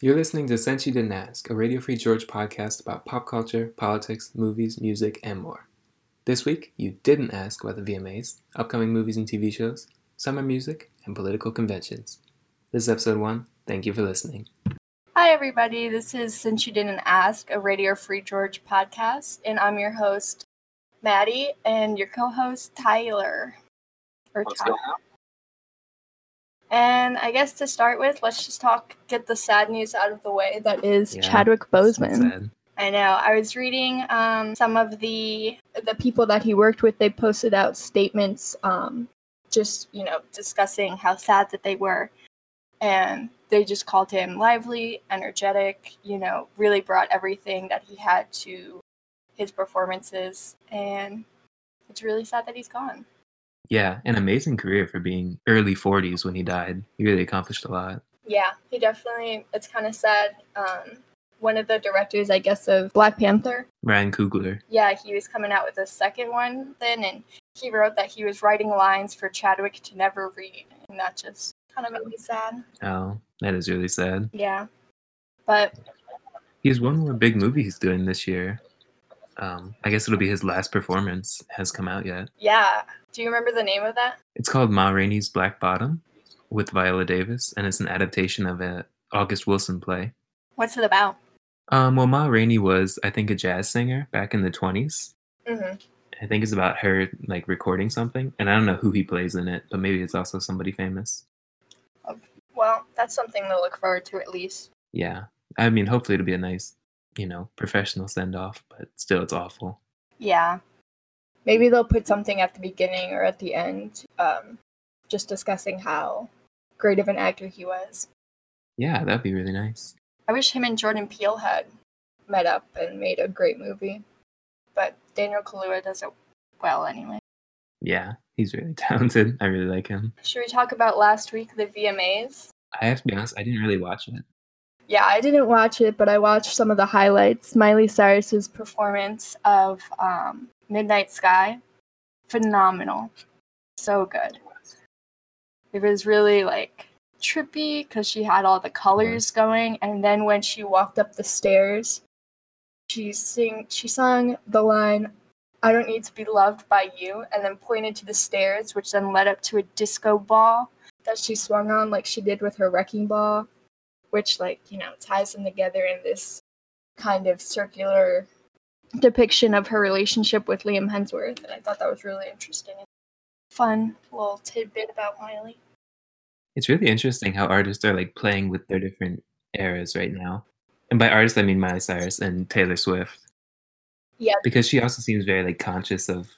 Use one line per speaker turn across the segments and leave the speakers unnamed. You're listening to Since You Didn't Ask, a Radio Free George podcast about pop culture, politics, movies, music, and more. This week, you didn't ask about the VMAs, upcoming movies and TV shows, summer music, and political conventions. This is episode one. Thank you for listening.
Hi, everybody. This is Since You Didn't Ask, a Radio Free George podcast, and I'm your host, Maddie, and your co host, Tyler. Or Tyler. And I guess to start with, let's just talk, get the sad news out of the way. That is
Yeah,
Chadwick Boseman.
Sad.
I know. I was reading um, some of the the people that he worked with. They posted out statements, um, just you know, discussing how sad that they were, and they just called him lively, energetic. You know, really brought everything that he had to his performances, and it's really sad that he's gone.
Yeah, an amazing career for being early 40s when he died. He really accomplished a lot.
Yeah, he definitely. It's kind of sad. Um, one of the directors, I guess, of Black Panther,
Ryan Coogler.
yeah, he was coming out with a second one then, and he wrote that he was writing lines for Chadwick to never read, and that just kind of made me sad.
Oh, that is really sad.
Yeah, but
He has one more big movie he's doing this year. Um, I guess it'll be his last performance. Has come out yet?
yeah, do you remember the name of that?
It's called Ma Rainey's Black Bottom with Viola Davis, and it's an adaptation of a August Wilson play.
What's it about?
Um, well, Ma Rainey was, I think, a jazz singer back in the 20s.
hmm
I think it's about her like recording something, and I don't know who he plays in it, but maybe it's also somebody famous.
Well, that's something to look forward to at least.
Yeah, I mean, hopefully it'll be a nice, you know, professional send off, but still, it's awful.
Yeah, maybe they'll put something at the beginning or at the end, um, just discussing how great of an actor he was.
Yeah, that'd be really nice.
I wish him and Jordan Peele had met up and made a great movie. But Daniel Kaluuya does it well anyway.
Yeah, he's really talented. I really like him.
Should we talk about last week, the VMAs?
I have to be honest, I didn't really watch it.
Yeah, I didn't watch it, but I watched some of the highlights. Miley Cyrus's performance of um, Midnight Sky, phenomenal. So good. It was really like trippy because she had all the colors going, and then when she walked up the stairs, she sing she sung the line I don't need to be loved by you, and then pointed to the stairs, which then led up to a disco ball that she swung on like she did with her wrecking ball, which, like, you know, ties them together in this kind of circular depiction of her relationship with Liam Hemsworth. And I thought that was really interesting. and Fun little tidbit about Miley.
It's really interesting how artists are like playing with their different eras right now. And by artists, I mean Miley Cyrus and Taylor Swift.
Yeah.
Because she also seems very like conscious of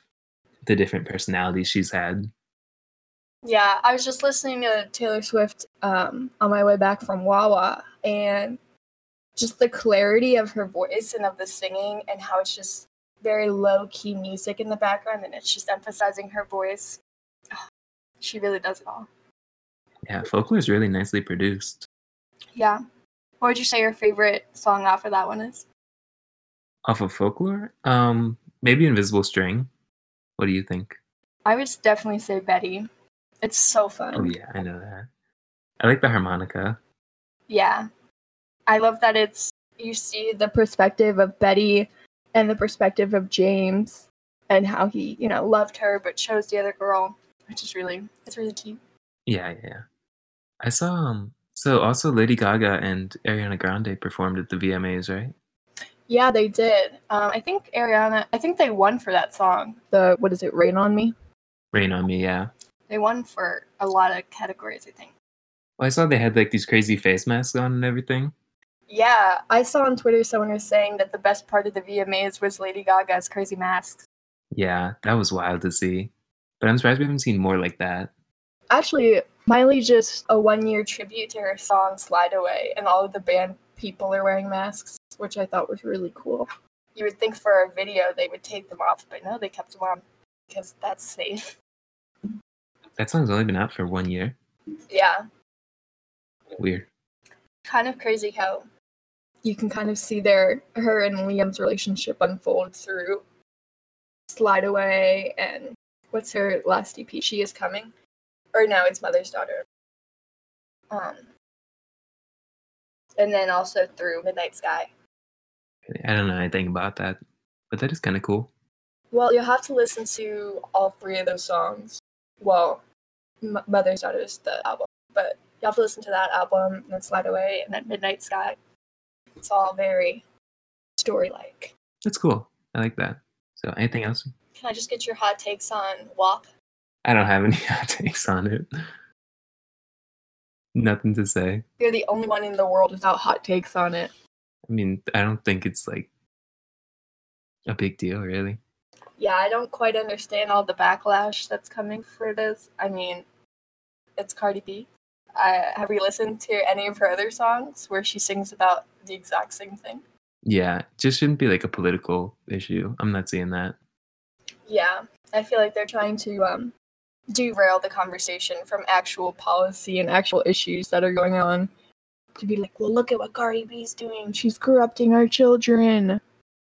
the different personalities she's had.
Yeah, I was just listening to Taylor Swift um, on my way back from Wawa, and just the clarity of her voice and of the singing, and how it's just very low key music in the background, and it's just emphasizing her voice. She really does it all.
Yeah, folklore is really nicely produced.
Yeah. What would you say your favorite song off of that one is?
Off of folklore, um, maybe Invisible String. What do you think?
I would definitely say Betty. It's so fun.
Oh yeah, I know that. I like the harmonica.
Yeah. I love that it's you see the perspective of Betty and the perspective of James and how he, you know, loved her but chose the other girl, which is really it's really cute.
Yeah, yeah, yeah. I saw um so also Lady Gaga and Ariana Grande performed at the VMAs, right?
Yeah, they did. Um, I think Ariana I think they won for that song. The what is it, Rain on Me?
Rain on Me, yeah.
They won for a lot of categories, I think.
Well, I saw they had like these crazy face masks on and everything.
Yeah, I saw on Twitter someone was saying that the best part of the VMAs was Lady Gaga's crazy masks.
Yeah, that was wild to see. But I'm surprised we haven't seen more like that.
Actually, Miley just a one year tribute to her song Slide Away, and all of the band people are wearing masks, which I thought was really cool. You would think for a video they would take them off, but no, they kept them on because that's safe.
That song's only been out for one year.
Yeah,
Weird.
kind of crazy how you can kind of see their her and Liam's relationship unfold through Slide Away and what's her last EP? She is coming, or no, it's Mother's Daughter. Um, and then also through Midnight Sky.
I don't know anything about that, but that is kind of cool.
Well, you'll have to listen to all three of those songs. Well, M- Mother's Daughter is the album, but you'll have to listen to that album, and then Slide Away, and then Midnight Sky. It's all very story like.
That's cool. I like that. So, anything else?
Can I just get your hot takes on WAP?
I don't have any hot takes on it. Nothing to say.
You're the only one in the world without hot takes on it.
I mean, I don't think it's like a big deal, really.
Yeah, I don't quite understand all the backlash that's coming for this. I mean, it's Cardi B. I, have you listened to any of her other songs where she sings about the exact same thing?
Yeah, just shouldn't be like a political issue. I'm not seeing that.
Yeah, I feel like they're trying to um, derail the conversation from actual policy and actual issues that are going on. To be like, well, look at what Cardi B's doing. She's corrupting our children.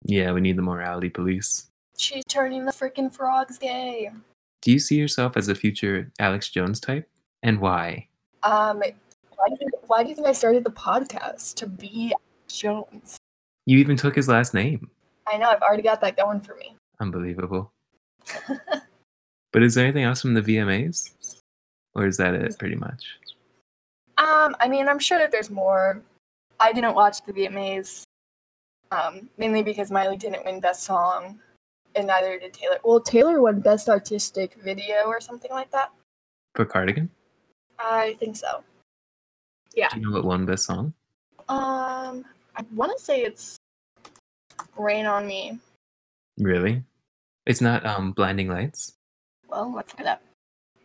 Yeah, we need the morality police.
She's turning the freaking frogs gay.
Do you see yourself as a future Alex Jones type, and why?
Um, why do you, why do you think I started the podcast to be Jones?
You even took his last name.
I know I've already got that going for me.
Unbelievable. But is there anything else from the VMAs, or is that it pretty much?
Um, I mean, I'm sure that there's more. I didn't watch the VMAs, um, mainly because Miley didn't win Best Song, and neither did Taylor. Well, Taylor won Best Artistic Video or something like that.
For Cardigan,
I think so.
do you know what won best song?
Um, I want to say it's Rain on Me.
Really? It's not um, Blinding Lights.
Well, let's look it up.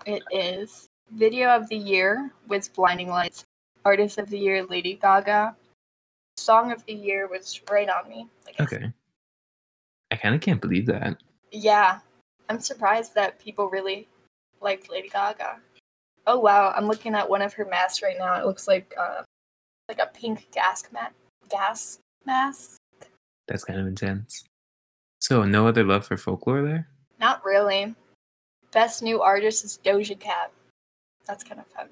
It is Video of the Year was Blinding Lights. Artist of the Year, Lady Gaga. Song of the Year was Rain on Me. I guess.
Okay. I kind of can't believe that.
Yeah, I'm surprised that people really liked Lady Gaga. Oh wow, I'm looking at one of her masks right now. It looks like uh, like a pink gas mat gas mask.
That's kind of intense. So no other love for folklore there.
Not really. Best new artist is Doja Cat. That's kind of fun.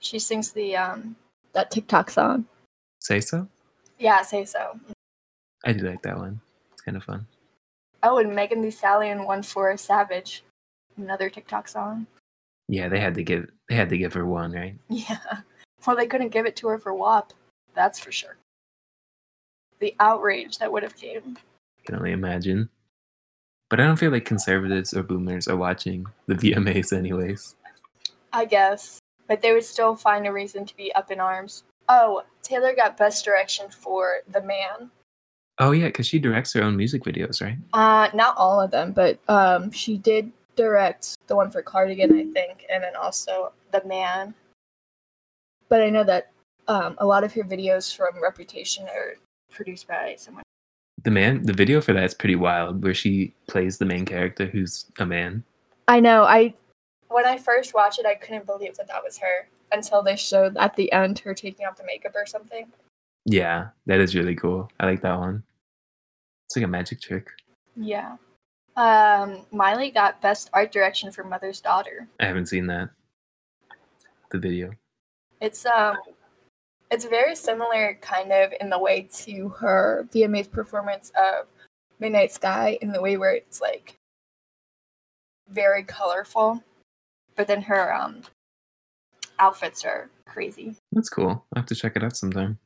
She sings the um that TikTok song.
Say so.
Yeah, say so.
I do like that one. It's kind of fun.
Oh, and Megan Thee Stallion won for Savage, another TikTok song.
Yeah, they had to give they had to give her one, right?
Yeah. Well, they couldn't give it to her for WAP. That's for sure. The outrage that would have came.
I can only imagine. But I don't feel like conservatives or boomers are watching the VMAs, anyways.
I guess. But they would still find a reason to be up in arms. Oh, Taylor got best direction for The Man.
Oh yeah, because she directs her own music videos, right?
Uh, not all of them, but um, she did direct the one for Cardigan, I think, and then also The Man. But I know that um, a lot of her videos from Reputation are produced by someone.
The man, the video for that's pretty wild, where she plays the main character who's a man.
I know. I when I first watched it, I couldn't believe that that was her until they showed at the end her taking off the makeup or something.
Yeah, that is really cool. I like that one. It's like a magic trick.
Yeah. Um, Miley got best art direction for Mother's Daughter.
I haven't seen that. The video.
It's um, it's very similar, kind of, in the way to her VMA's performance of Midnight Sky, in the way where it's like very colorful, but then her um outfits are crazy.
That's cool. I'll have to check it out sometime.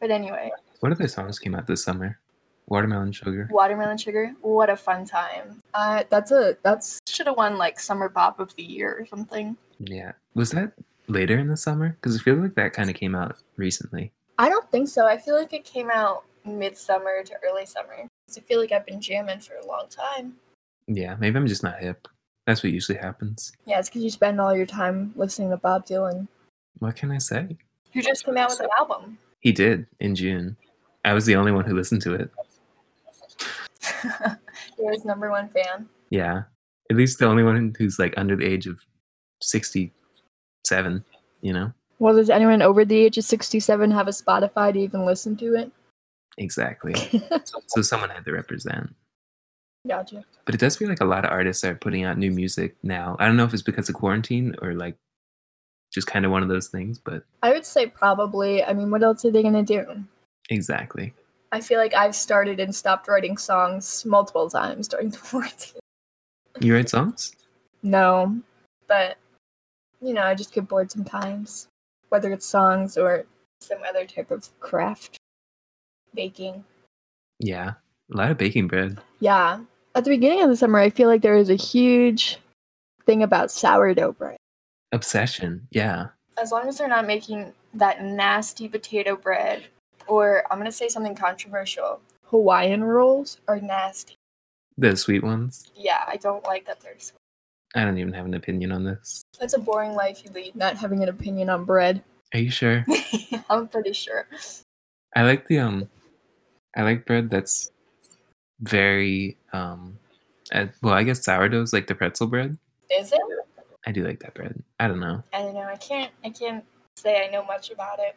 But anyway,
What other songs came out this summer? Watermelon Sugar.
Watermelon Sugar, what a fun time! Uh, that's a that's should have won like Summer Bop of the Year or something.
Yeah. Was that later in the summer? Because I feel like that kind of came out recently.
I don't think so. I feel like it came out midsummer to early summer. 'Cause I feel like I've been jamming for a long time.
Yeah, maybe I'm just not hip. That's what usually happens.
Yeah, it's because you spend all your time listening to Bob Dylan,
What can I say?
who just came out with an album.
He did in June. I was the only one who listened to it.
You're his number one fan.
Yeah. At least the only one who's like under the age of 67, you know?
Well, does anyone over the age of 67 have a Spotify to even listen to
Exactly.
it?
so someone had to represent.
gotcha.
But it does feel like a lot of artists are putting out new music now. I don't know if it's because of quarantine or like just kind of one of those things, but
I would say probably. I mean, what else are they going to do?
exactly.
I feel like I've started and stopped writing songs multiple times during the quarantine.
You write songs?
No, but you know, I just get bored sometimes, whether it's songs or some other type of craft, baking.
Yeah. A lot of baking bread.
Yeah. At the beginning of the summer, I feel like there was a huge thing about sourdough bread.
Obsession. Yeah.
As long as they're not making that nasty potato bread, or I'm going to say something controversial Hawaiian rolls are nasty.
The sweet ones.
Yeah, I don't like that they're sweet.
I don't even have an opinion on this.
That's a boring life you lead, not having an opinion on bread.
Are you sure?
I'm pretty sure.
I like the um I like bread that's very um uh, well, I guess sourdough's like the pretzel bread.
Is it?
I do like that bread. I don't know.
I don't know. I can't. I can't say I know much about it.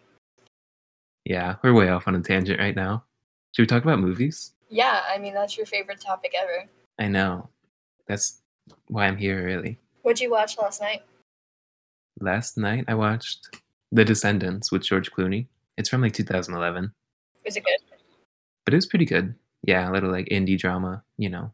Yeah, we're way off on a tangent right now. Should we talk about movies?
Yeah, I mean that's your favorite topic ever.
I know. That's why I'm here really.
What'd you watch last night?
Last night I watched The Descendants with George Clooney. It's from like 2011,
Was it good?
but it was pretty good. Yeah, a little like indie drama, you know.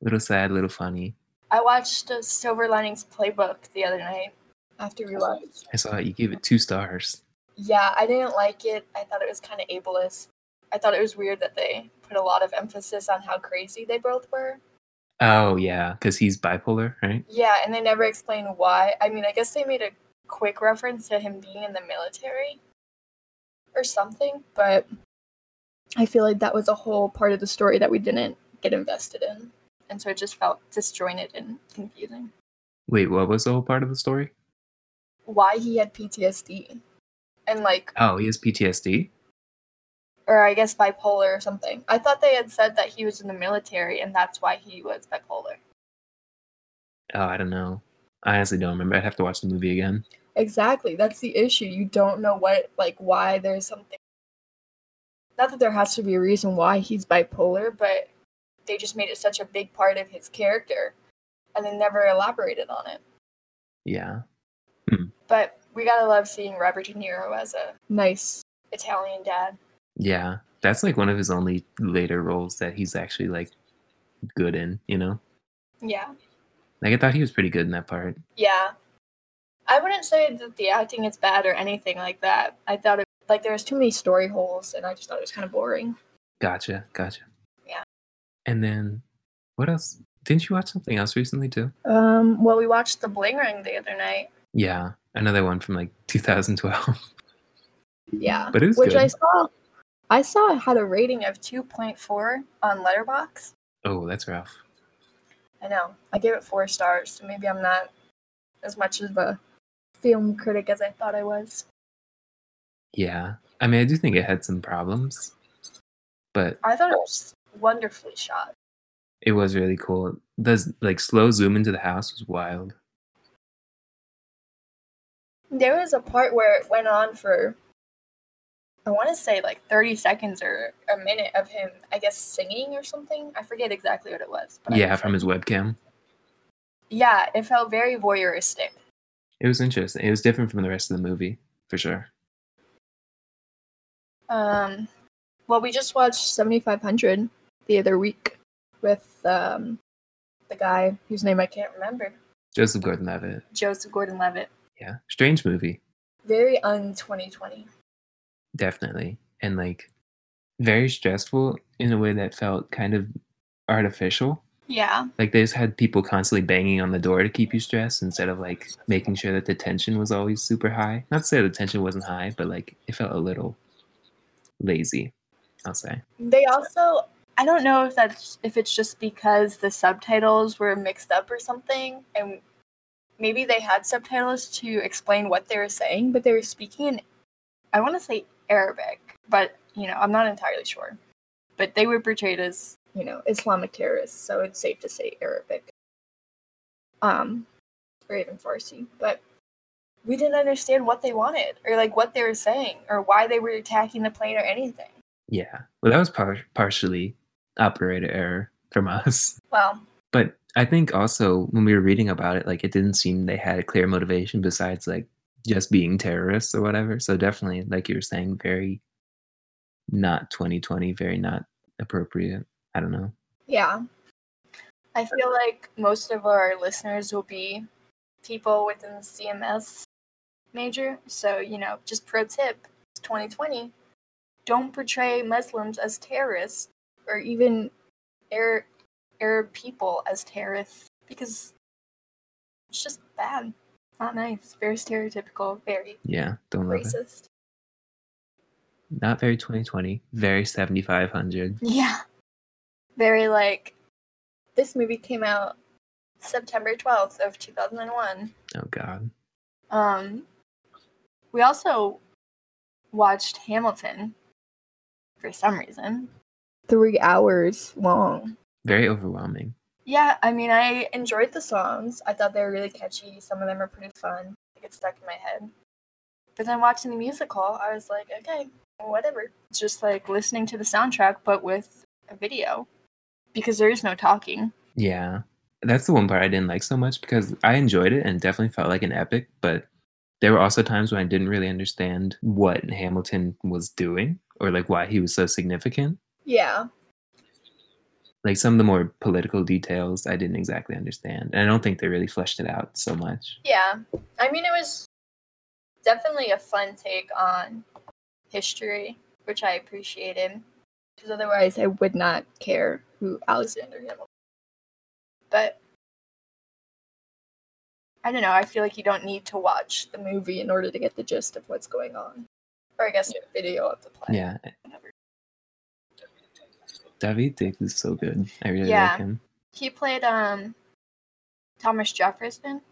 A little sad, a little funny.
I watched uh, Silver Linings Playbook the other night. After we watched.
I saw it. You gave it two stars.
Yeah, I didn't like it. I thought it was kind of ableist. I thought it was weird that they put a lot of emphasis on how crazy they both were.
Oh yeah, because he's bipolar, right?
Yeah, and they never explained why. I mean, I guess they made a quick reference to him being in the military or something, but I feel like that was a whole part of the story that we didn't get invested in. And so it just felt disjointed and confusing.
Wait, what was the whole part of the story?
Why he had PTSD and like,
Oh, he has PTSD.
or I guess bipolar or something. I thought they had said that he was in the military and that's why he was bipolar.
Oh, I don't know. I honestly don't remember. I'd have to watch the movie again.
Exactly. That's the issue. You don't know what, like, why there's something. Not that there has to be a reason why he's bipolar, but they just made it such a big part of his character and they never elaborated on it.
Yeah,
But we gotta love seeing Robert De Niro as a nice Italian dad.
yeah. That's like one of his only later roles that he's actually like good in. You know,
Yeah.
like I thought he was pretty good in that part.
Yeah. I wouldn't say that the acting is bad or anything like that. I thought it, like, there was too many story holes and I just thought it was kind of boring.
Gotcha, gotcha.
Yeah.
And then, what else? Didn't you watch something else recently too?
Um, well, we watched The Bling Ring the other night.
Yeah, another one from like 2012.
Yeah.
But it was
which
good.
I saw I saw it had a rating of 2.4 on Letterbox.
oh, that's rough.
I know. I gave it 4 stars, so maybe I'm not as much of a film critic as I thought I was.
Yeah. I mean, I do think it had some problems, but
I thought it was wonderfully shot.
it was really cool. The like slow zoom into the house was wild.
There was a part where it went on for I want to say like 30 seconds or a minute of him, I guess singing or something. I forget exactly what it was. I-
Yeah, from his webcam.
Yeah, it felt very voyeuristic.
It was interesting. It was different from the rest of the movie, for sure.
Um, well, we just watched 7500 the other week with um, the guy whose name I can't remember,
Joseph Gordon Levitt.
Joseph Gordon Levitt.
Yeah. Strange movie,
Very un 2020.
definitely. And like very stressful in a way that felt kind of artificial.
Yeah.
Like they just had people constantly banging on the door to keep you stressed instead of like making sure that the tension was always super high. Not to say the tension wasn't high, but like it felt a little lazy, I'll say.
They also, I don't know if that's if it's just because the subtitles were mixed up or something, and maybe they had subtitles to explain what they were saying, but they were speaking in, I want to say Arabic, but you know, I'm not entirely sure. But they were portrayed as you know Islamic terrorists, so it's safe to say Arabic, um, or even Farsi, but. We didn't understand what they wanted, or like what they were saying, or why they were attacking the plane, or anything.
Yeah. Well, that was par- partially operator error from us.
Well,
But I think also when we were reading about it, like it didn't seem they had a clear motivation besides like just being terrorists or whatever. So definitely, like you were saying, very not 2020, very not appropriate. I don't know.
Yeah. I feel like most of our listeners will be people within the CMS major. So, you know, just pro tip it's 2020. Don't portray Muslims as terrorists or even Arab, Arab people as terrorists because it's just bad. Not nice. Very stereotypical. Very
Yeah, don't love it.
racist.
Not very 2020, very 7500.
Yeah. Very like this movie came out September 12th of 2001.
Oh God.
Um we also watched Hamilton for some reason. 3 hours long.
Very overwhelming.
Yeah, I mean I enjoyed the songs. I thought they were really catchy. Some of them are pretty fun. They get stuck in my head. But then watching the musical, I was like, okay, whatever. It's just like listening to the soundtrack but with a video because there is no talking.
Yeah. That's the one part I didn't like so much because I enjoyed it and definitely felt like an epic, but there were also times when I didn't really understand what Hamilton was doing or like why he was so significant.
Yeah.
Like some of the more political details I didn't exactly understand. And I don't think they really fleshed it out so much.
Yeah. I mean, it was definitely a fun take on history, which I appreciated. Because otherwise, I would not care who Alexander Hamilton But I don't know. I feel like you don't need to watch the movie in order to get the gist of what's going on. Or I guess a video of the play.
Yeah.
Whatever.
David Diggs is so good. I really
Yeah.
like him.
He played um Thomas Jefferson.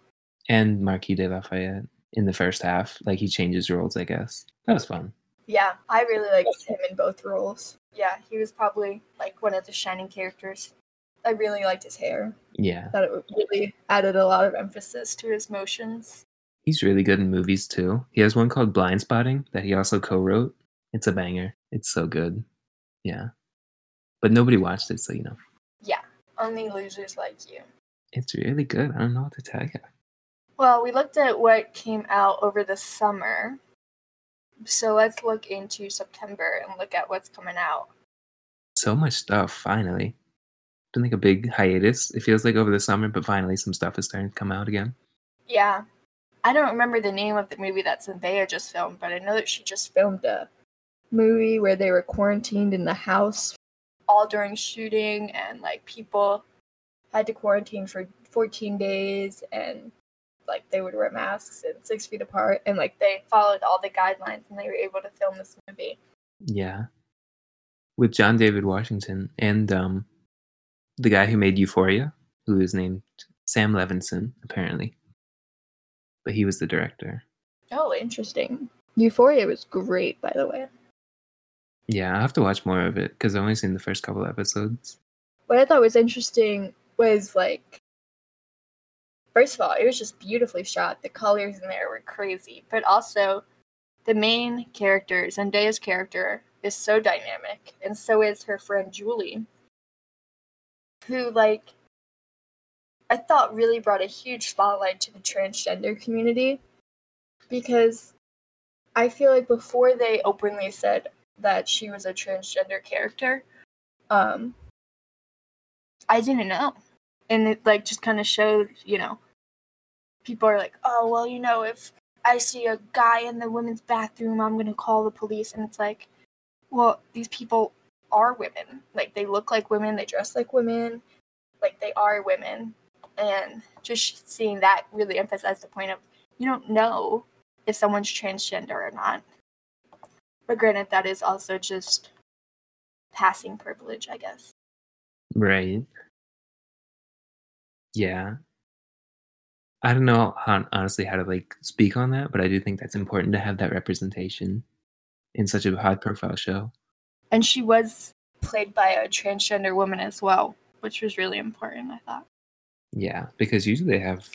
And Marquis de Lafayette in the first half. Like he changes roles, I guess. That was fun.
Yeah, I really liked him in both roles. Yeah, he was probably like one of the shining characters. I really liked his hair.
Yeah.
Thought it really added a lot of emphasis to his motions.
He's really good in movies too. He has one called Blind Spotting that he also co-wrote. It's a banger. It's so good. Yeah. But nobody watched it, so you know.
Only losers like you.
It's really good. I don't know what to tell you.
Well, we looked at what came out over the summer. So let's look into September and look at what's coming out.
So much stuff, finally. Been like a big hiatus. It feels like over the summer, but finally some stuff is starting to come out again.
Yeah. I don't remember the name of the movie that Zendaya just filmed, but I know that she just filmed a movie where they were quarantined in the house all during shooting and like people had to quarantine for 14 days and like they would wear masks and six feet apart and like they followed all the guidelines and they were able to film this movie.
Yeah. With John David Washington and um the guy who made Euphoria, who is named Sam Levinson, apparently. But he was the director.
Oh, interesting. Euphoria was great, by the way.
Yeah, I have to watch more of it because I've only seen the first couple episodes.
what I thought was interesting was like, first of all, it was just beautifully shot. The colors in there were crazy, but also the main character, Zendaya's character, is so dynamic, and so is her friend Julie, who like I thought really brought a huge spotlight to the transgender community because I feel like before they openly said that she was a transgender character, um, I didn't know. And it like just kind of showed, you know, people are like, oh, well, you know, if I see a guy in the women's bathroom, I'm going to call the police. And it's like, well, these people are women. Like they look like women, they dress like women, like they are women. And just seeing that really emphasized the point of you don't know if someone's transgender or not. But granted, that is also just passing privilege, I guess.
Right. Yeah. I don't know how, honestly how to like speak on that, but I do think that's important to have that representation in such a high profile show.
and she was played by a transgender woman as well, which was really important, I thought.
Yeah, because usually they have,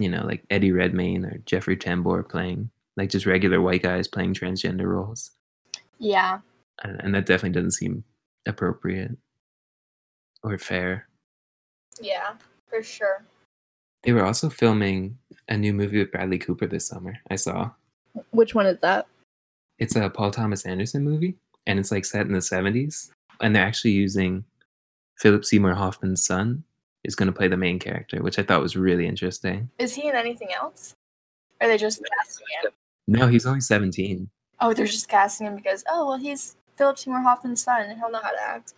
you know, like Eddie Redmayne or Jeffrey Tambor playing like just regular white guys playing transgender roles,
Yeah,
and, and that definitely doesn't seem appropriate or fair.
yeah, for sure.
They were also filming a new movie with Bradley Cooper this summer. I saw.
Which one is that?
It's a Paul Thomas Anderson movie, and it's like set in the 70s. And they're actually using Philip Seymour Hoffman's son is going to play the main character, which I thought was really interesting.
Is he in anything else? Or are they just casting him?
No, he's only 17.
Oh, they're just casting him because oh well, he's Philip Seymour Hoffman's son, and he'll know how to act.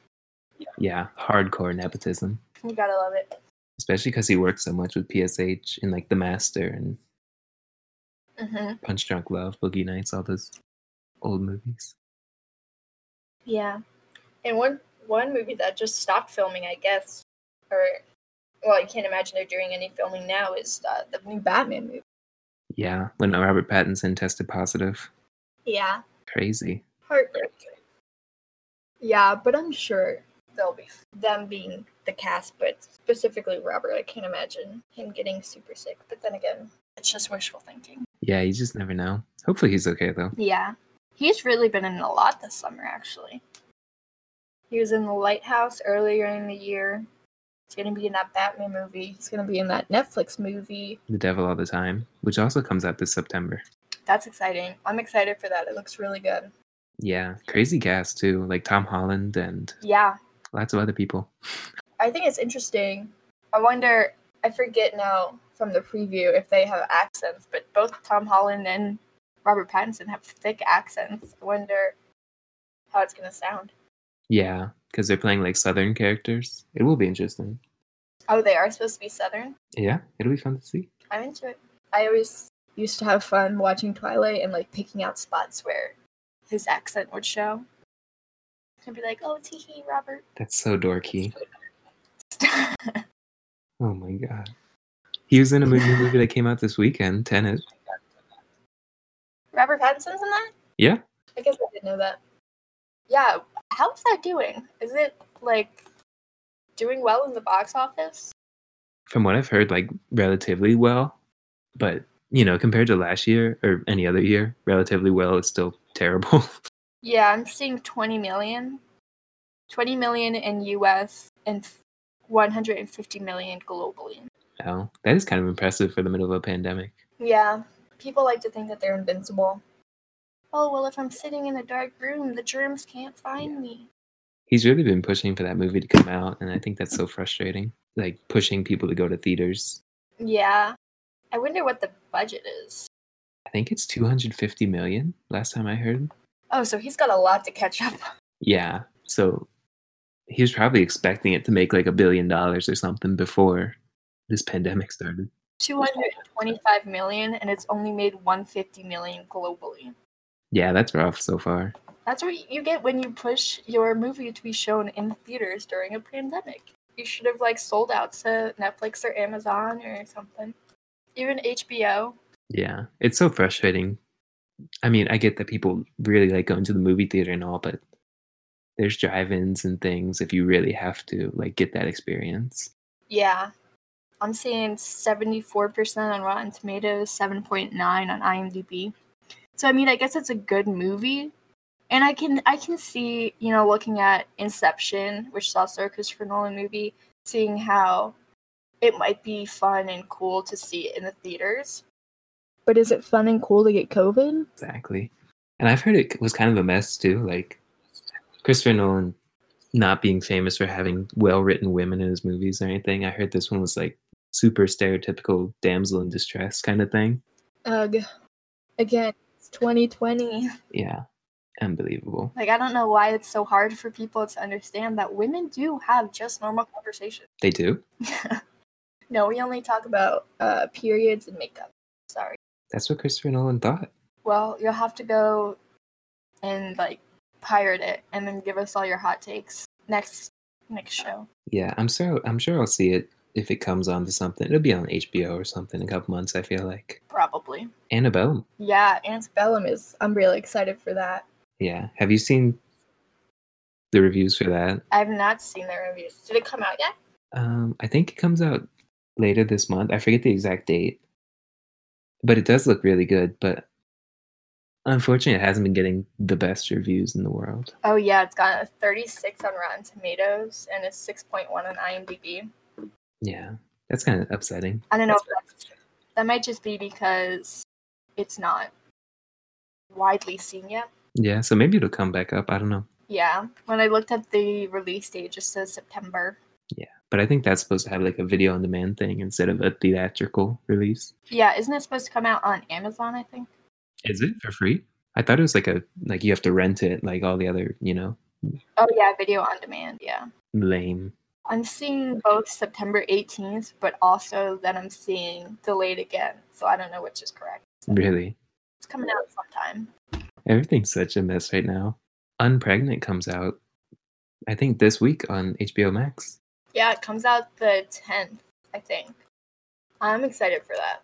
Yeah, hardcore nepotism,
You gotta love it.
especially because he worked so much with PSH and like The Master and
hmm
Punch Drunk Love, Boogie Nights, all those old movies.
Yeah, and one one movie that just stopped filming, I guess, or well, you can't imagine they're doing any filming now. Is uh, the new Batman movie?
Yeah, when Robert Pattinson tested positive,
Yeah,
crazy.
heartbreaking. Yeah, but I'm sure they'll be them being the cast, but specifically Robert. I can't imagine him getting super sick. But then again, it's just wishful thinking.
Yeah, you just never know. Hopefully he's okay though.
Yeah. He's really been in a lot this summer, actually. He was in The Lighthouse earlier in the year. He's going to be in that Batman movie. He's going to be in that Netflix movie.
The Devil All the Time, which also comes out this September.
That's exciting. I'm excited for that. It looks really good.
Yeah, crazy cast too, like Tom Holland and
Yeah.
lots of other people.
I think it's interesting. I wonder, I forget now from the preview if they have accents, but both Tom Holland and Robert Pattinson have thick accents. I wonder how it's going to sound.
Yeah, because they're playing like Southern characters. It will be interesting.
Oh, they are supposed to be Southern?
Yeah, it'll be fun to see.
I'm into it. I always used to have fun watching Twilight and like picking out spots where his accent would show. And be like, oh, teehee, Robert.
That's so dorky. Oh my god. He was in a movie, movie that came out this weekend, Tenet.
Robert Pattinson's in that?
Yeah.
I guess I didn't know that. Yeah, how's that doing? Is it like doing well in the box office?
From what I've heard, like relatively well, but you know, compared to last year or any other year, relatively well is still terrible.
Yeah, I'm seeing 20 million. 20 million in US and f- 150 million globally.
oh, that is kind of impressive for the middle of a pandemic.
Yeah, people like to think that they're invincible. Oh, well, if I'm sitting in a dark room, the germs can't find me.
He's really been pushing for that movie to come out, and I think that's so frustrating. Like pushing people to go to theaters.
Yeah. I wonder what the budget is.
I think it's 250 million last time I heard.
Oh, so he's got a lot to catch up. on.
Yeah. So he was probably expecting it to make like a billion dollars or something before this pandemic started.
225 million, and it's only made 150 million globally.
Yeah, that's rough so far.
That's what you get when you push your movie to be shown in theaters during a pandemic. You should have like sold out to Netflix or Amazon or something. Even HBO.
Yeah. It's so frustrating. I mean, I get that people really like going to the movie theater and all, but there's drive ins and things if you really have to like get that experience.
Yeah. I'm seeing 74% on Rotten Tomatoes, 7.9 on IMDb. So I mean, I guess it's a good movie. And I can I can see, you know, looking at Inception, which is also a Christopher Nolan movie, seeing how it might be fun and cool to see it in the theaters. But is it fun and cool to get COVID?
Exactly. And I've heard it was kind of a mess too. Like Christopher Nolan not being famous for having well written women in his movies or anything. I heard this one was like super stereotypical damsel in distress kind of thing.
Ugh. Again, it's 2020.
Yeah. Unbelievable.
Like I don't know why it's so hard for people to understand that women do have just normal conversations.
They do.
No, we only talk about uh, periods and makeup. Sorry.
That's what Christopher Nolan thought.
Well, you'll have to go and like pirate it and then give us all your hot takes next next show.
Yeah, I'm sure I'm sure I'll see it if it comes onto something. It'll be on HBO or something in a couple months, I feel like.
Probably.
Annabelle.
Yeah, Antebellum is I'm really excited for that.
Yeah. Have you seen the reviews for that?
I've not seen the reviews. Did it come out yet?
Um, I think it comes out later this month. I forget the exact date, but it does look really good. But unfortunately, it hasn't been getting the best reviews in the world.
Oh yeah, it's got a 36 on Rotten Tomatoes and a 6.1 on IMDb.
Yeah, that's kind of upsetting.
I don't know if that's, That might just be because it's not widely seen yet.
Yeah, so maybe it'll come back up. I don't know.
Yeah. When I looked up the release date, it just says September.
But I think that's supposed to have like a video on demand thing instead of a theatrical release.
Yeah, isn't it supposed to come out on Amazon, I think?
Is it for free? I thought it was like a like you have to rent it like all the other, you know,
Oh yeah, video on demand, yeah.
lame.
I'm seeing both September 18th, but also that I'm seeing delayed again. So I don't know which is correct.
Really.
It's coming out sometime.
Everything's such a mess right now. Unpregnant comes out I think this week on HBO Max.
Yeah, it comes out the 10th, I think. I'm excited for that.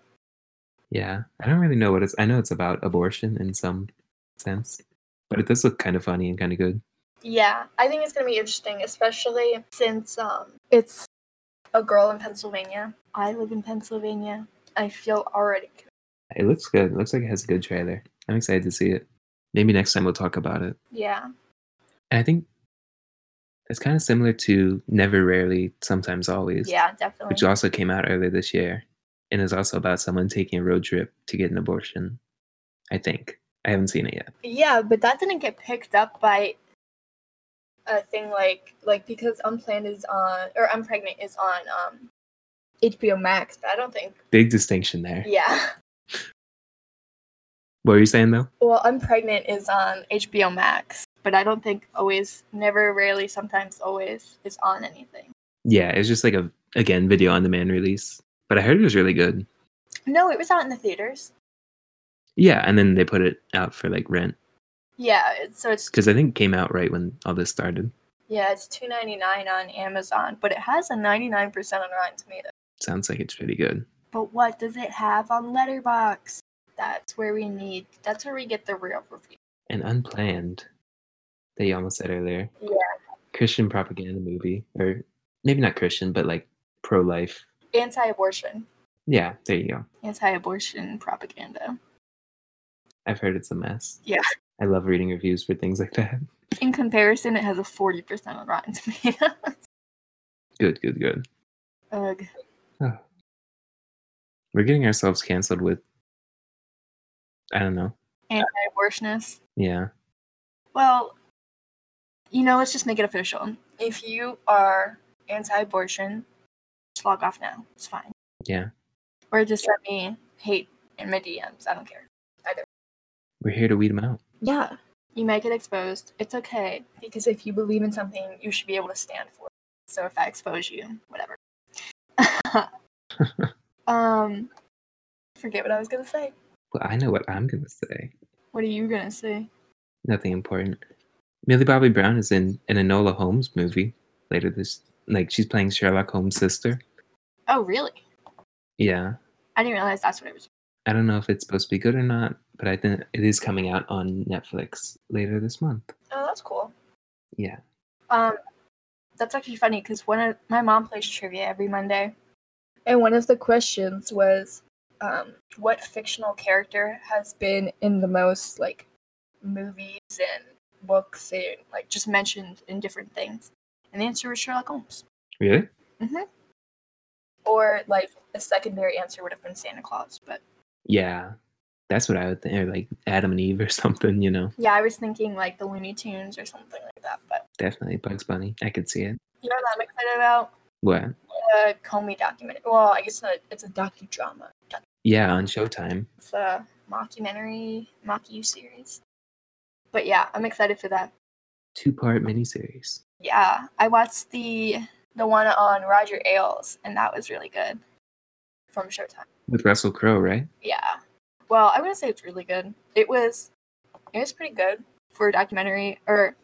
Yeah. I don't really know what it's I know it's about abortion in some sense. But it does look kind of funny and kind of good.
Yeah, I think it's going to be interesting, especially since um, it's a girl in Pennsylvania. I live in Pennsylvania. I feel already.
It looks good. It looks like it has a good trailer. I'm excited to see it. Maybe next time we'll talk about it.
Yeah,
And I think it's kind of similar to Never Rarely, Sometimes Always,
yeah, definitely.
which also came out earlier this year and is also about someone taking a road trip to get an abortion. I think. I haven't seen it yet.
Yeah, but that didn't get picked up by a thing like like because Unplanned is on or Unpregnant is on um HBO Max, but I don't think
Big distinction there.
yeah.
What were you saying though?
Well, Unpregnant is on HBO Max, but I don't think always never rarely sometimes always is on anything.
Yeah, it was just like a again video on demand release. But I heard it was really good.
No, it was out in the theaters.
Yeah, and then they put it out for like rent
Yeah, it's, so it's
because I think it came out right when all this started.
yeah, it's 2.99 on Amazon, but it has a 99% on Rotten Tomatoes.
Sounds like it's pretty good.
But what does it have on Letterbox? That's where we need. That's where we get the real review.
and unplanned that you almost said earlier.
Yeah.
Christian propaganda movie, or maybe not Christian, but like pro life.
Anti-abortion,
Yeah, there you go.
anti-abortion propaganda.
I've heard it's a mess.
Yeah.
I love reading reviews for things like that.
In comparison, it has a forty percent on Rotten Tomatoes.
Good, good, good.
Ugh.
We're getting ourselves canceled with, I don't know.
Anti-abortionists.
Yeah.
Well, you know, let's just make it official. If you are anti-abortion, just log off now. It's fine.
Yeah.
Or just let me hate in my DMs. I don't care.
We're here to weed them out.
Yeah. You might get exposed. It's okay. Because if you believe in something, you should be able to stand for it. So if I expose you, whatever. um forget what I was gonna say.
Well, I know what I'm going to say.
What are you gonna say?
Nothing important. Millie Bobby Brown is in an Enola Holmes movie later this, like she's playing Sherlock Holmes' sister.
Oh really?
Yeah.
I didn't realize that's what it was.
I don't know if it's supposed to be good or not, but I think it is coming out on Netflix later this month.
Oh that's cool.
Yeah.
Um that's actually funny because one of my mom plays trivia every Monday. And one of the questions was um what fictional character has been in the most like movies and books and like just mentioned in different things. And the answer was Sherlock Holmes.
Really?
Or like a secondary answer would have been Santa Claus. But
Yeah. That's what I would think, or like Adam and Eve or something, you know.
yeah, I was thinking like the Looney Tunes or something like that. But
Definitely Bugs Bunny. I could see it.
you know what I'm excited about?
What?
The Comey documentary. Well, I guess not, it's a docudrama. Doc-
Yeah, on Showtime.
It's a mockumentary, mocku series. But yeah, I'm excited for that.
Two part miniseries.
Yeah, I watched the the one on Roger Ailes, and that was really good from Showtime.
With Russell Crowe, right?
Yeah. Well, I wouldn't say it's really good. It was it was pretty good for a documentary or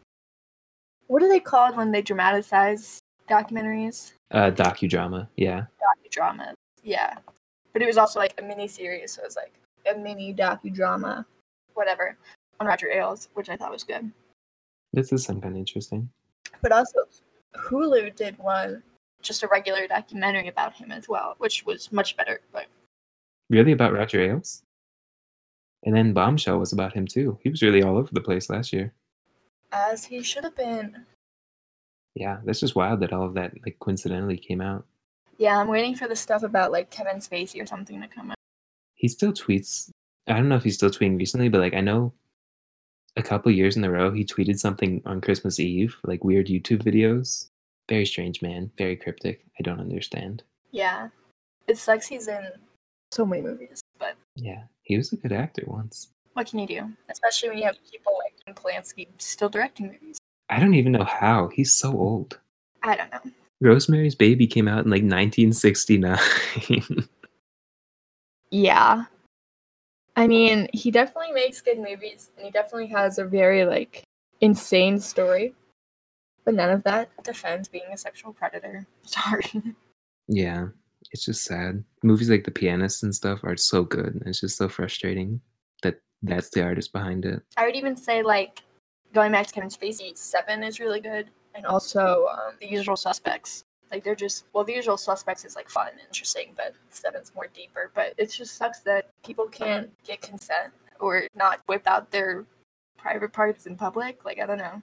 what do they call it when they dramatize documentaries?
Uh docudrama, yeah.
Docudramas. Yeah. But it was also like a mini series, so it was like a mini docudrama, whatever, on Roger Ailes, which I thought was good.
This is some kind of interesting.
But also, Hulu did one, just a regular documentary about him as well, which was much better. But
Really about Roger Ailes? And then Bombshell was about him too. He was really all over the place last year.
as he should have been.
Yeah, that's just wild that all of that like coincidentally came out.
Yeah, I'm waiting for the stuff about like Kevin Spacey or something to come up.
he still tweets. I don't know if he's still tweeting recently, but like I know a couple years in a row he tweeted something on Christmas Eve, like weird YouTube videos. Very strange man, very cryptic. I don't understand.
Yeah. It sucks he's in so many movies, but
Yeah, he was a good actor once.
what can you do? Especially when you have people like Jim Polanski still directing movies.
I don't even know how. He's so old.
I don't know.
Rosemary's Baby came out in like 1969.
Yeah. I mean, he definitely makes good movies and he definitely has a very like insane story. But none of that defends being a sexual predator. Sorry.
yeah, it's just sad. Movies like The Pianist and stuff are so good. and It's just so frustrating that that's the artist behind it.
I would even say like going back to Kevin Spacey, Seven is really good, and also um, The Usual Suspects. Like they're just well, The Usual Suspects is like fun and interesting, but Seven's more deeper. But it just sucks that people can't get consent or not whip out their private parts in public. Like I don't know,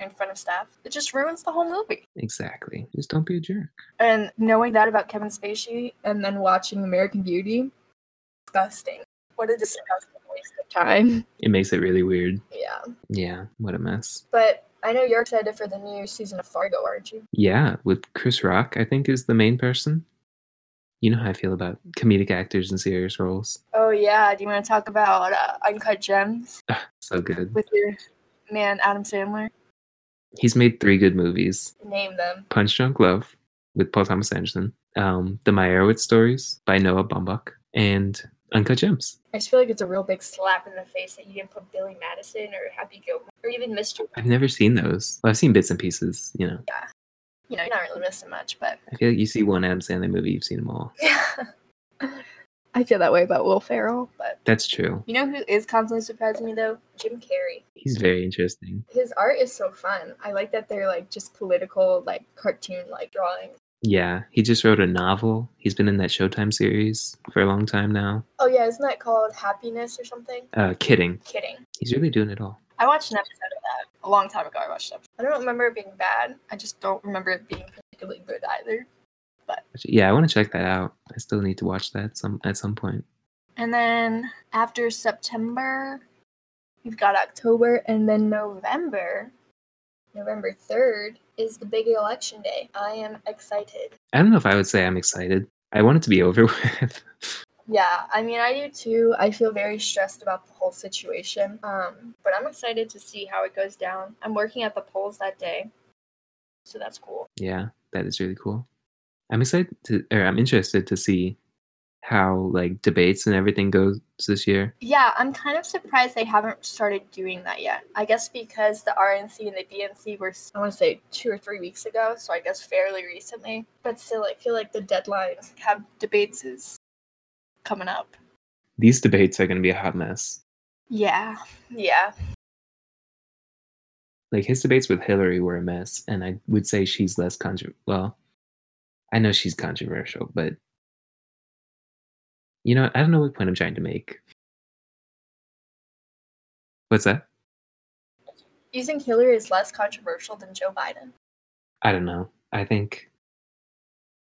in front of staff, it just ruins the whole movie.
Exactly. Just don't be a jerk.
And knowing that about Kevin Spacey, and then watching American Beauty, disgusting. What a disgusting waste of time.
It makes it really weird.
Yeah.
Yeah, what a mess.
But I know you're excited for the new season of Fargo, aren't you?
Yeah, with Chris Rock, I think, is the main person. You know how I feel about comedic actors in serious roles.
Oh yeah. Do you want to talk about uh, Uncut Gems
Ah, so good.
with your man Adam Sandler?
He's made three good movies.
Name them.
Punch Drunk Love with Paul Thomas Anderson, um, The Meyerowitz Stories by Noah Baumbach, and Uncut Gems.
I just feel like it's a real big slap in the face that you didn't put Billy Madison or Happy Gilmore or even Mr.
I've never seen those. Well, I've seen bits and pieces. You know,
You know, you're not really missing much, but
I feel like you see one Adam Sandler movie, you've seen them all.
I feel that way about Will Ferrell. But
That's true.
you know who is constantly surprising me though? Jim Carrey.
He's very interesting.
His art is so fun. I like that they're like just political, like cartoon, like drawings.
Yeah, he just wrote a novel. He's been in that Showtime series for a long time now.
Oh yeah, isn't that called Happiness or something?
Uh, kidding.
Kidding.
He's really doing it all.
I watched an episode of that a long time ago. I watched it. I don't remember it being bad. I just don't remember it being particularly good either.
Yeah, I want to check that out. I still need to watch that some at some point.
And then after September, we've got October, and then November. November 3rd is the big election day. I am excited.
I don't know if I would say I'm excited. I want it to be over with.
Yeah, I mean, I do too. I feel very stressed about the whole situation. Um, but I'm excited to see how it goes down. I'm working at the polls that day, so that's cool.
Yeah, that is really cool. I'm excited to, or I'm interested to see how like debates and everything goes this year.
Yeah, I'm kind of surprised they haven't started doing that yet. I guess because the RNC and the DNC were, I want to say, two or three weeks ago, so I guess fairly recently. But still, I feel like the deadline to have debates is coming up.
These debates are going to be a hot mess.
Yeah, yeah,
Like his debates with Hillary were a mess, and I would say she's less controversial. Well, I know she's controversial, but you know, I don't know what point I'm trying to make. What's that?
you think Hillary is less controversial than Joe Biden.
I don't know. I think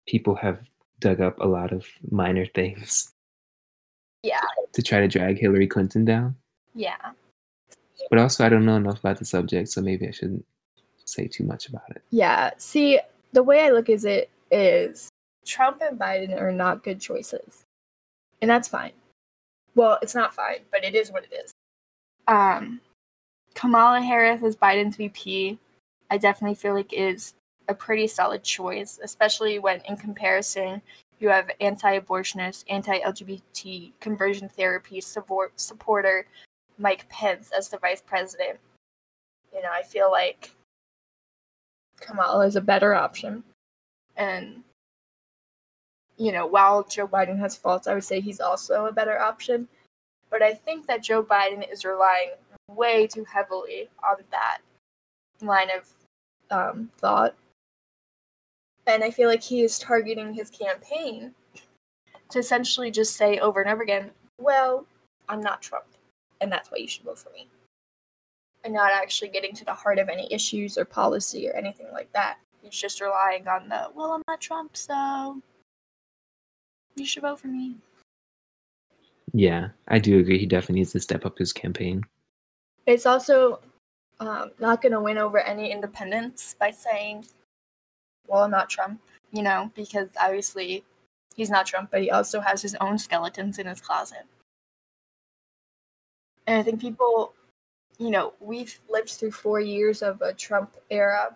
people have dug up a lot of minor things
Yeah,
to try to drag Hillary Clinton down.
yeah.
but also I don't know enough about the subject, so maybe I shouldn't say too much about it.
Yeah. See, the way I look at it is Trump and Biden are not good choices. And that's fine. Well, it's not fine, but it is what it is. Um Kamala Harris as Biden's VP, I definitely feel like is a pretty solid choice, especially when in comparison you have anti-abortionist, anti-LGBT conversion therapy support, supporter Mike Pence as the vice president. You know, I feel like Kamala is a better option. And, you know, while Joe Biden has faults, I would say he's also a better option. But I think that Joe Biden is relying way too heavily on that line of um, thought. And I feel like he is targeting his campaign to essentially just say over and over again, well, I'm not Trump, and that's why you should vote for me and not actually getting to the heart of any issues or policy or anything like that. He's just relying on the, well, I'm not Trump, so you should vote for me.
Yeah, I do agree. He definitely needs to step up his campaign.
It's also um, not going to win over any independents by saying, well, I'm not Trump, you know, because obviously he's not Trump, but he also has his own skeletons in his closet. And I think people, you know, we've lived through four years of a Trump era,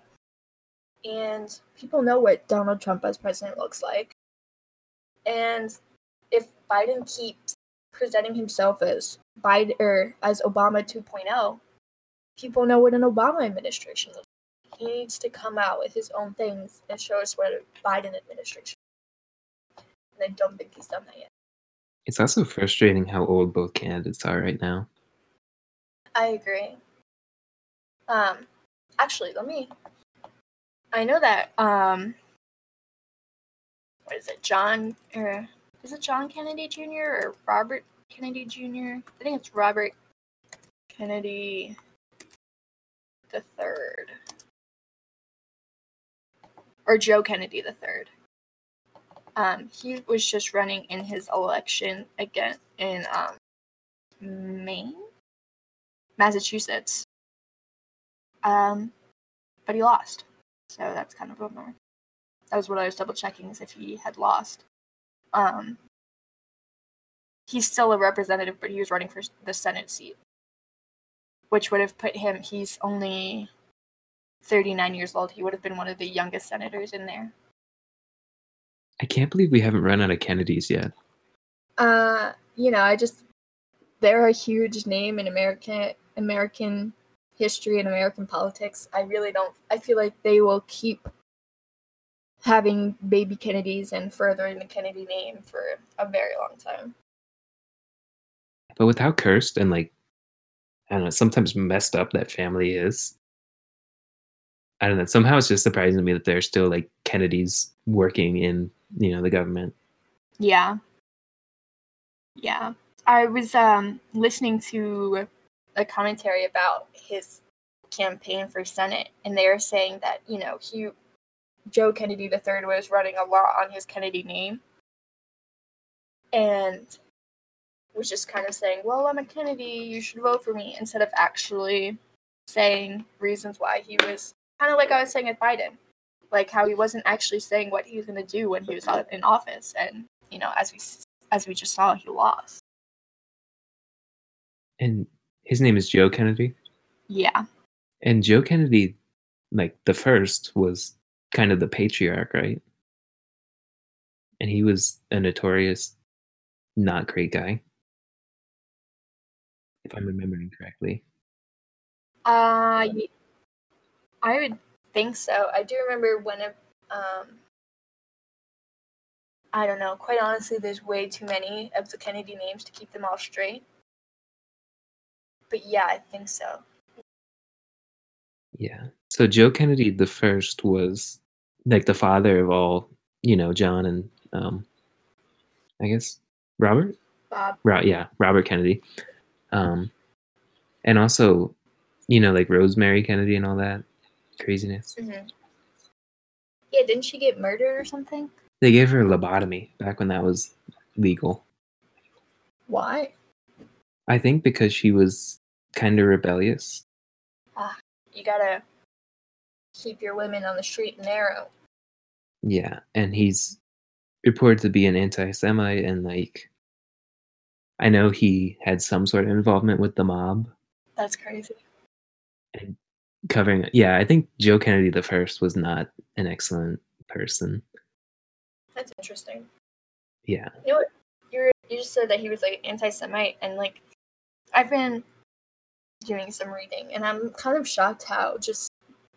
and people know what Donald Trump as president looks like. And if Biden keeps presenting himself as Biden or as Obama 2.0, people know what an Obama administration looks like. He needs to come out with his own things and show us what a Biden administration. And I don't think he's done that yet.
It's also frustrating how old both candidates are right now.
I agree. Um, actually, let me. I know that. Um, what is it, John or is it John Kennedy Jr. or Robert Kennedy Jr.? I think it's Robert Kennedy the third, or Joe Kennedy the third. Um, he was just running in his election again in um, Maine, Massachusetts. Um, but he lost, so that's kind of a bummer. That was what I was double checking is if he had lost. Um, he's still a representative, but he was running for the Senate seat, which would have put him. He's only thirty-nine years old. He would have been one of the youngest senators in there.
I can't believe we haven't run out of Kennedys yet.
uh you know i just they're a huge name in american american history and american politics i really don't i feel like they will keep having baby kennedys and furthering the kennedy name for a very long time
But with how cursed and like, I don't know, sometimes messed up that family is, I don't know. Somehow it's just surprising to me that there's still like Kennedys working in you know the government.
yeah yeah i was um listening to a commentary about his campaign for senate and they were saying that you know he joe kennedy III was running a lot on his kennedy name and was just kind of saying well i'm a kennedy you should vote for me instead of actually saying reasons why he was kind of like i was saying with biden like how he wasn't actually saying what he was going to do when he was out in office and you know as we s- as we just saw he lost
And his name is Joe Kennedy.
yeah
And Joe Kennedy, like the first, was kind of the patriarch, right? And he was a notorious, not great guy, if I'm remembering correctly.
uh y- i would think so i do remember when it, um i don't know quite honestly there's way too many of the kennedy names to keep them all straight but yeah i think so
Yeah. So Joe Kennedy the first was like the father of all, you know, John and um I guess Robert?
bob
Ro- yeah, Robert Kennedy. Um and also, you know, like Rosemary Kennedy and all that craziness.
mm-hmm. yeah didn't she get murdered or something
They gave her a lobotomy back when that was legal.
why
I think because she was kind of rebellious.
you gotta keep your women on the street narrow
Yeah, and he's reported to be an anti-Semite, and like, I know he had some sort of involvement with the mob
that's crazy
covering. Yeah, I think Joe Kennedy the first was not an excellent person.
that's interesting
Yeah,
you you just said that he was like anti-Semite, and like I've been doing some reading, and I'm kind of shocked how just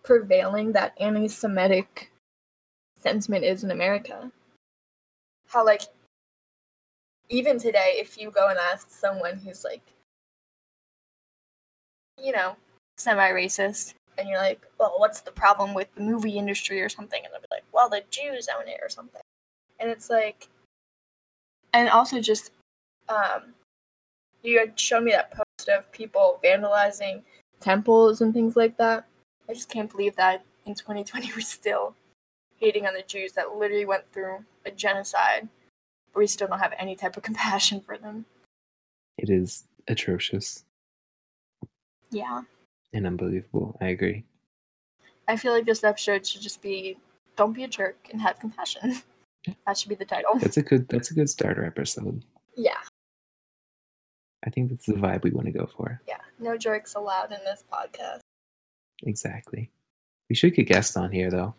prevailing that anti-Semitic sentiment is in America. How like even today, if you go and ask someone who's like, you know, semi-racist, and you're like, well, what's the problem with the movie industry or something, and they'll be like, well, the Jews own it or something, and it's like and also just um, you had shown me that post of people vandalizing temples and things like that. I just can't believe that in 2020 we're still hating on the Jews that literally went through a genocide, but we still don't have any type of compassion for them.
It is atrocious
Yeah.
and unbelievable. I agree.
I feel like this episode should just be Don't Be a Jerk and Have Compassion. that should be the title.
That's a good that's a good starter episode.
Yeah.
I think that's the vibe we want to go for.
Yeah. No jerks allowed in this podcast.
Exactly. We should get guests on here though.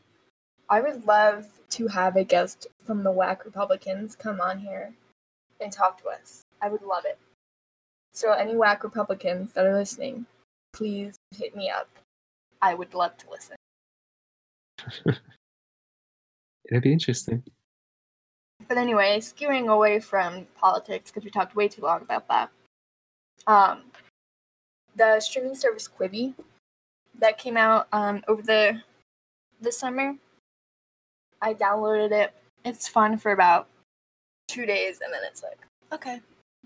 I would love to have a guest from the Whack Republicans come on here and talk to us. I would love it. So, any Whack Republicans that are listening, please hit me up. I would love to listen.
It'd be interesting.
But anyway, skewing away from politics because we talked way too long about that. Um, the streaming service Quibi that came out um, over the the summer. I downloaded it. It's fun for about two days, and then it's like, okay,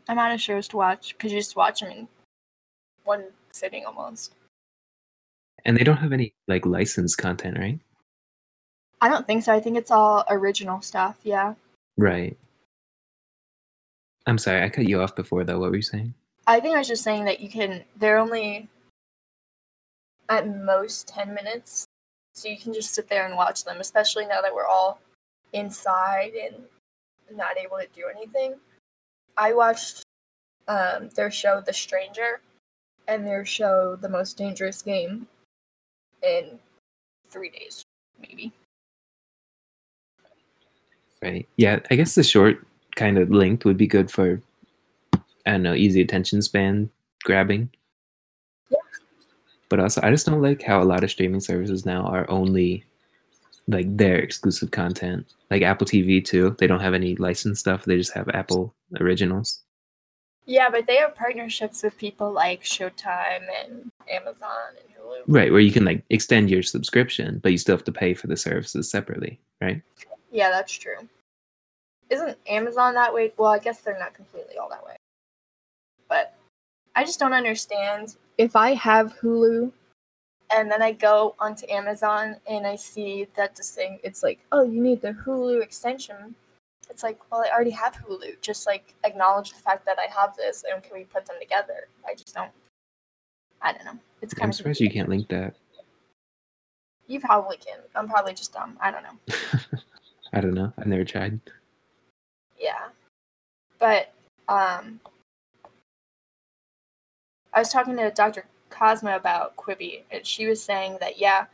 I'm out of shows to watch because you just watch them in one sitting almost.
And they don't have any like licensed content, right?
I don't think so. I think it's all original stuff. Yeah.
Right. I'm sorry, I cut you off before though. What were you saying?
I think I was just saying that you can. They're only at most ten minutes, so you can just sit there and watch them. Especially now that we're all inside and not able to do anything. I watched um, their show The Stranger and their show The Most Dangerous Game in three days, maybe.
Right. Yeah, I guess the short kind of length would be good for I don't know, easy attention span grabbing.
Yeah.
But also I just don't like how a lot of streaming services now are only like their exclusive content. Like Apple TV too. They don't have any licensed stuff. They just have Apple originals.
Yeah, but they have partnerships with people like Showtime and Amazon and Hulu.
Right, where you can like extend your subscription, but you still have to pay for the services separately, right?
Yeah, that's true. Isn't Amazon that way? Well, I guess they're not completely all that way. But I just don't understand. If I have Hulu and then I go onto Amazon and I see that this thing, it's like, oh, you need the Hulu extension. It's like, well, I already have Hulu. Just like acknowledge the fact that I have this and can we put them together? I just don't. I don't know. It's kind
I'm
of
surprised you
confusing.
can't link that.
You probably can. I'm probably just dumb. I don't know.
I don't know. I've never tried.
Yeah. But um I was talking to Dr. Cosmo about Quibi and she was saying that yeah,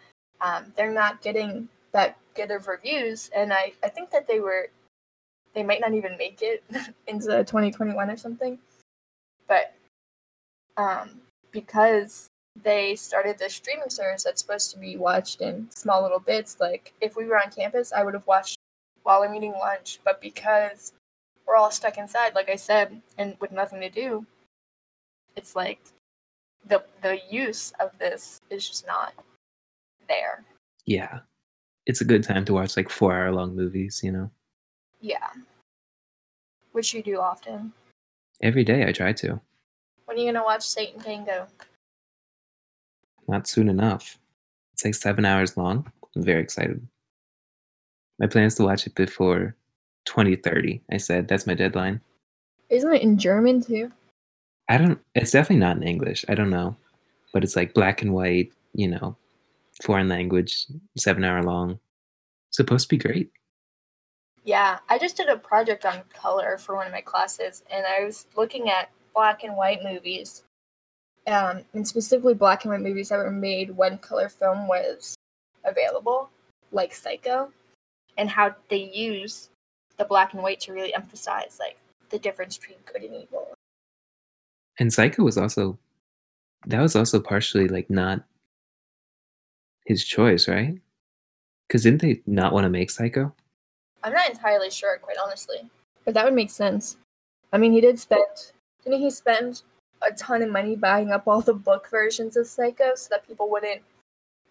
um, they're not getting that good of reviews and I, I think that they were they might not even make it into twenty twenty one or something. But um because they started this streaming service that's supposed to be watched in small little bits. Like if we were on campus, I would have watched while I'm eating lunch, but because we're all stuck inside, like I said, and with nothing to do, it's like the the use of this is just not there.
Yeah. It's a good time to watch like four hour long movies, you know?
Yeah. Which you do often.
Every day I try to.
When are you gonna watch Satan Tango?
Not soon enough. It's like seven hours long. I'm very excited. My plan is to watch it before 2030. I said that's my deadline.
Isn't it in German too?
I don't, it's definitely not in English. I don't know. But it's like black and white, you know, foreign language, seven hour long. Supposed to be great.
Yeah, I just did a project on color for one of my classes, and I was looking at black and white movies, um, and specifically black and white movies that were made when color film was available, like Psycho, and how they use the black and white to really emphasize like the difference between good and evil.
And Psycho was also, that was also partially like not his choice, right? Because didn't they not want to make Psycho?
I'm not entirely sure, quite honestly, but that would make sense. I mean, he did spend, didn't he spend a ton of money buying up all the book versions of Psycho so that people wouldn't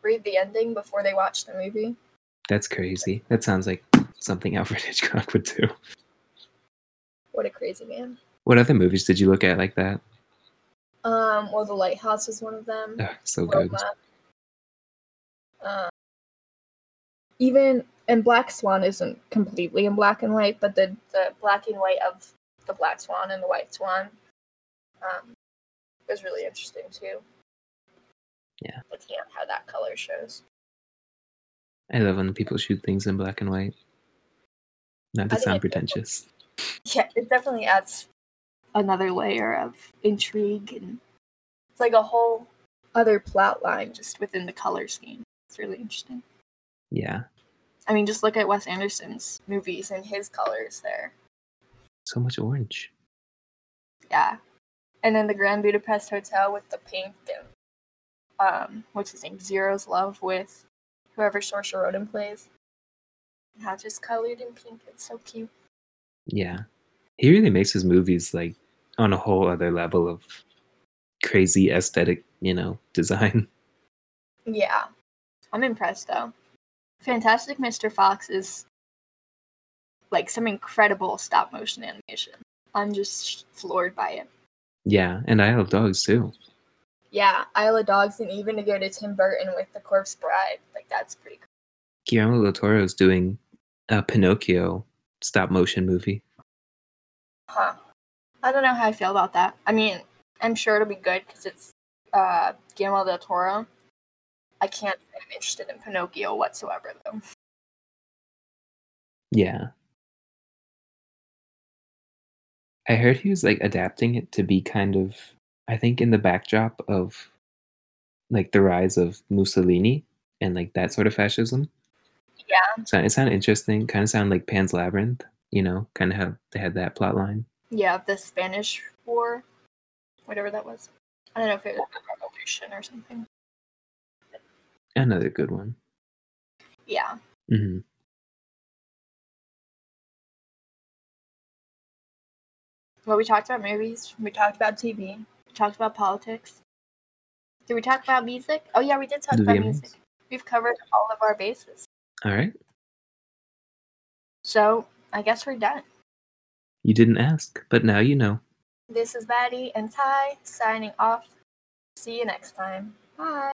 read the ending before they watched the movie?
That's crazy. That sounds like something Alfred Hitchcock would do.
What a crazy man.
What other movies did you look at like that?
Um, well, The Lighthouse was one of them.
Ugh, so good.
Roma. Um, even and Black Swan isn't completely in black and white, but the the black and white of the Black Swan and the White Swan Um, it was really interesting too.
Yeah.
Looking at how that color shows.
I love when people shoot things in black and white. Not to
I
sound
think it's different.
pretentious.
Yeah, it definitely adds another layer of intrigue and it's like a whole other plot line just within the color scheme. It's really interesting.
Yeah,
I mean, just look at Wes Anderson's movies and his colors there.
so much orange.
Yeah. And then the Grand Budapest Hotel with the pink and um what's his name? Zero's love with whoever Saoirse Ronan plays. Not just colored in pink. It's so cute.
Yeah, he really makes his movies like on a whole other level of crazy aesthetic, you know, design.
Yeah. I'm impressed though. Fantastic Mr. Fox is like some incredible stop motion animation. I'm just floored by it.
Yeah, and I love dogs too.
Yeah, Isle of Dogs and even to go to Tim Burton with The Corpse Bride, like that's pretty cool.
Guillermo del Toro is doing a Pinocchio stop motion movie.
Huh. I don't know how I feel about that. I mean, I'm sure it'll be good because it's uh, Guillermo del Toro. I can't say I'm interested in Pinocchio whatsoever, though.
Yeah. I heard he was like adapting it to be kind of, I think, in the backdrop of like the rise of Mussolini and like that sort of fascism.
Yeah.
So it sounded interesting. Kind of sounded like Pan's Labyrinth, you know, kind of how they had that plot line.
Yeah, the Spanish War, whatever that was. I don't know if it was a revolution or something.
Another good one.
Yeah.
hmm
Well, we talked about movies. We talked about TV. We talked about politics. Did we talk about music? Oh, yeah, we did talk
The
about
VMAs.
music. We've covered all of our bases.
All right.
So I guess we're done.
You didn't ask, but now you know.
This is Maddie and Ty signing off. See you next time. Bye.